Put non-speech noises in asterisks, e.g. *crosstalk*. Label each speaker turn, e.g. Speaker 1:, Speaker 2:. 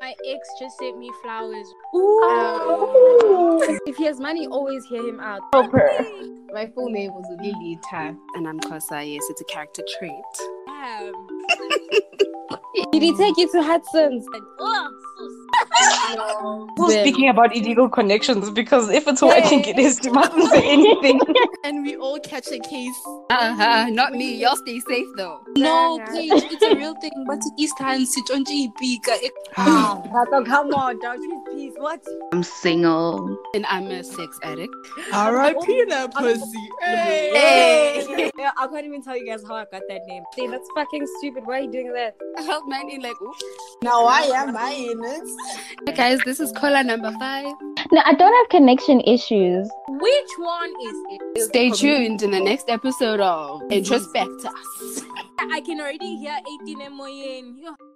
Speaker 1: My ex just sent me flowers.
Speaker 2: Ooh.
Speaker 3: Oh.
Speaker 4: If he has money, always hear him out.
Speaker 2: Help her.
Speaker 5: My full name was Lilita.
Speaker 3: And I'm Kosa. Yes, it's a character trait.
Speaker 1: Damn.
Speaker 4: Did he take you to Hudson's?
Speaker 1: And, oh, sus.
Speaker 2: Who's
Speaker 4: Then-
Speaker 2: speaking about illegal connections? Because if it's who I think it is, she *laughs* mustn't say
Speaker 5: *laughs*
Speaker 2: anything.
Speaker 5: And we all catch a case.
Speaker 3: Uh-huh, not me. Y'all stay safe though.
Speaker 5: No,
Speaker 4: Yeah.
Speaker 5: Paige, it's a real thing. But East Hand, Sitonji
Speaker 3: *sighs*
Speaker 5: Bika.
Speaker 4: come on, dog. Please, what?
Speaker 6: I'm single.
Speaker 3: And I'm a sex addict.
Speaker 5: R.I.P. that pussy.
Speaker 4: Hey. I can't even tell you guys how I got that name. See, that's fucking stupid. Why are you doing that?
Speaker 3: I held mine in like, oops.
Speaker 5: Now I am I in it.
Speaker 3: Hey guys, this is caller number five.
Speaker 7: No, *laughs* I don't have connection issues.
Speaker 1: Which one is it?
Speaker 3: Stay tuned in the next episode of Introspect Us.
Speaker 1: I can already hear 18 emoyen. E Yo,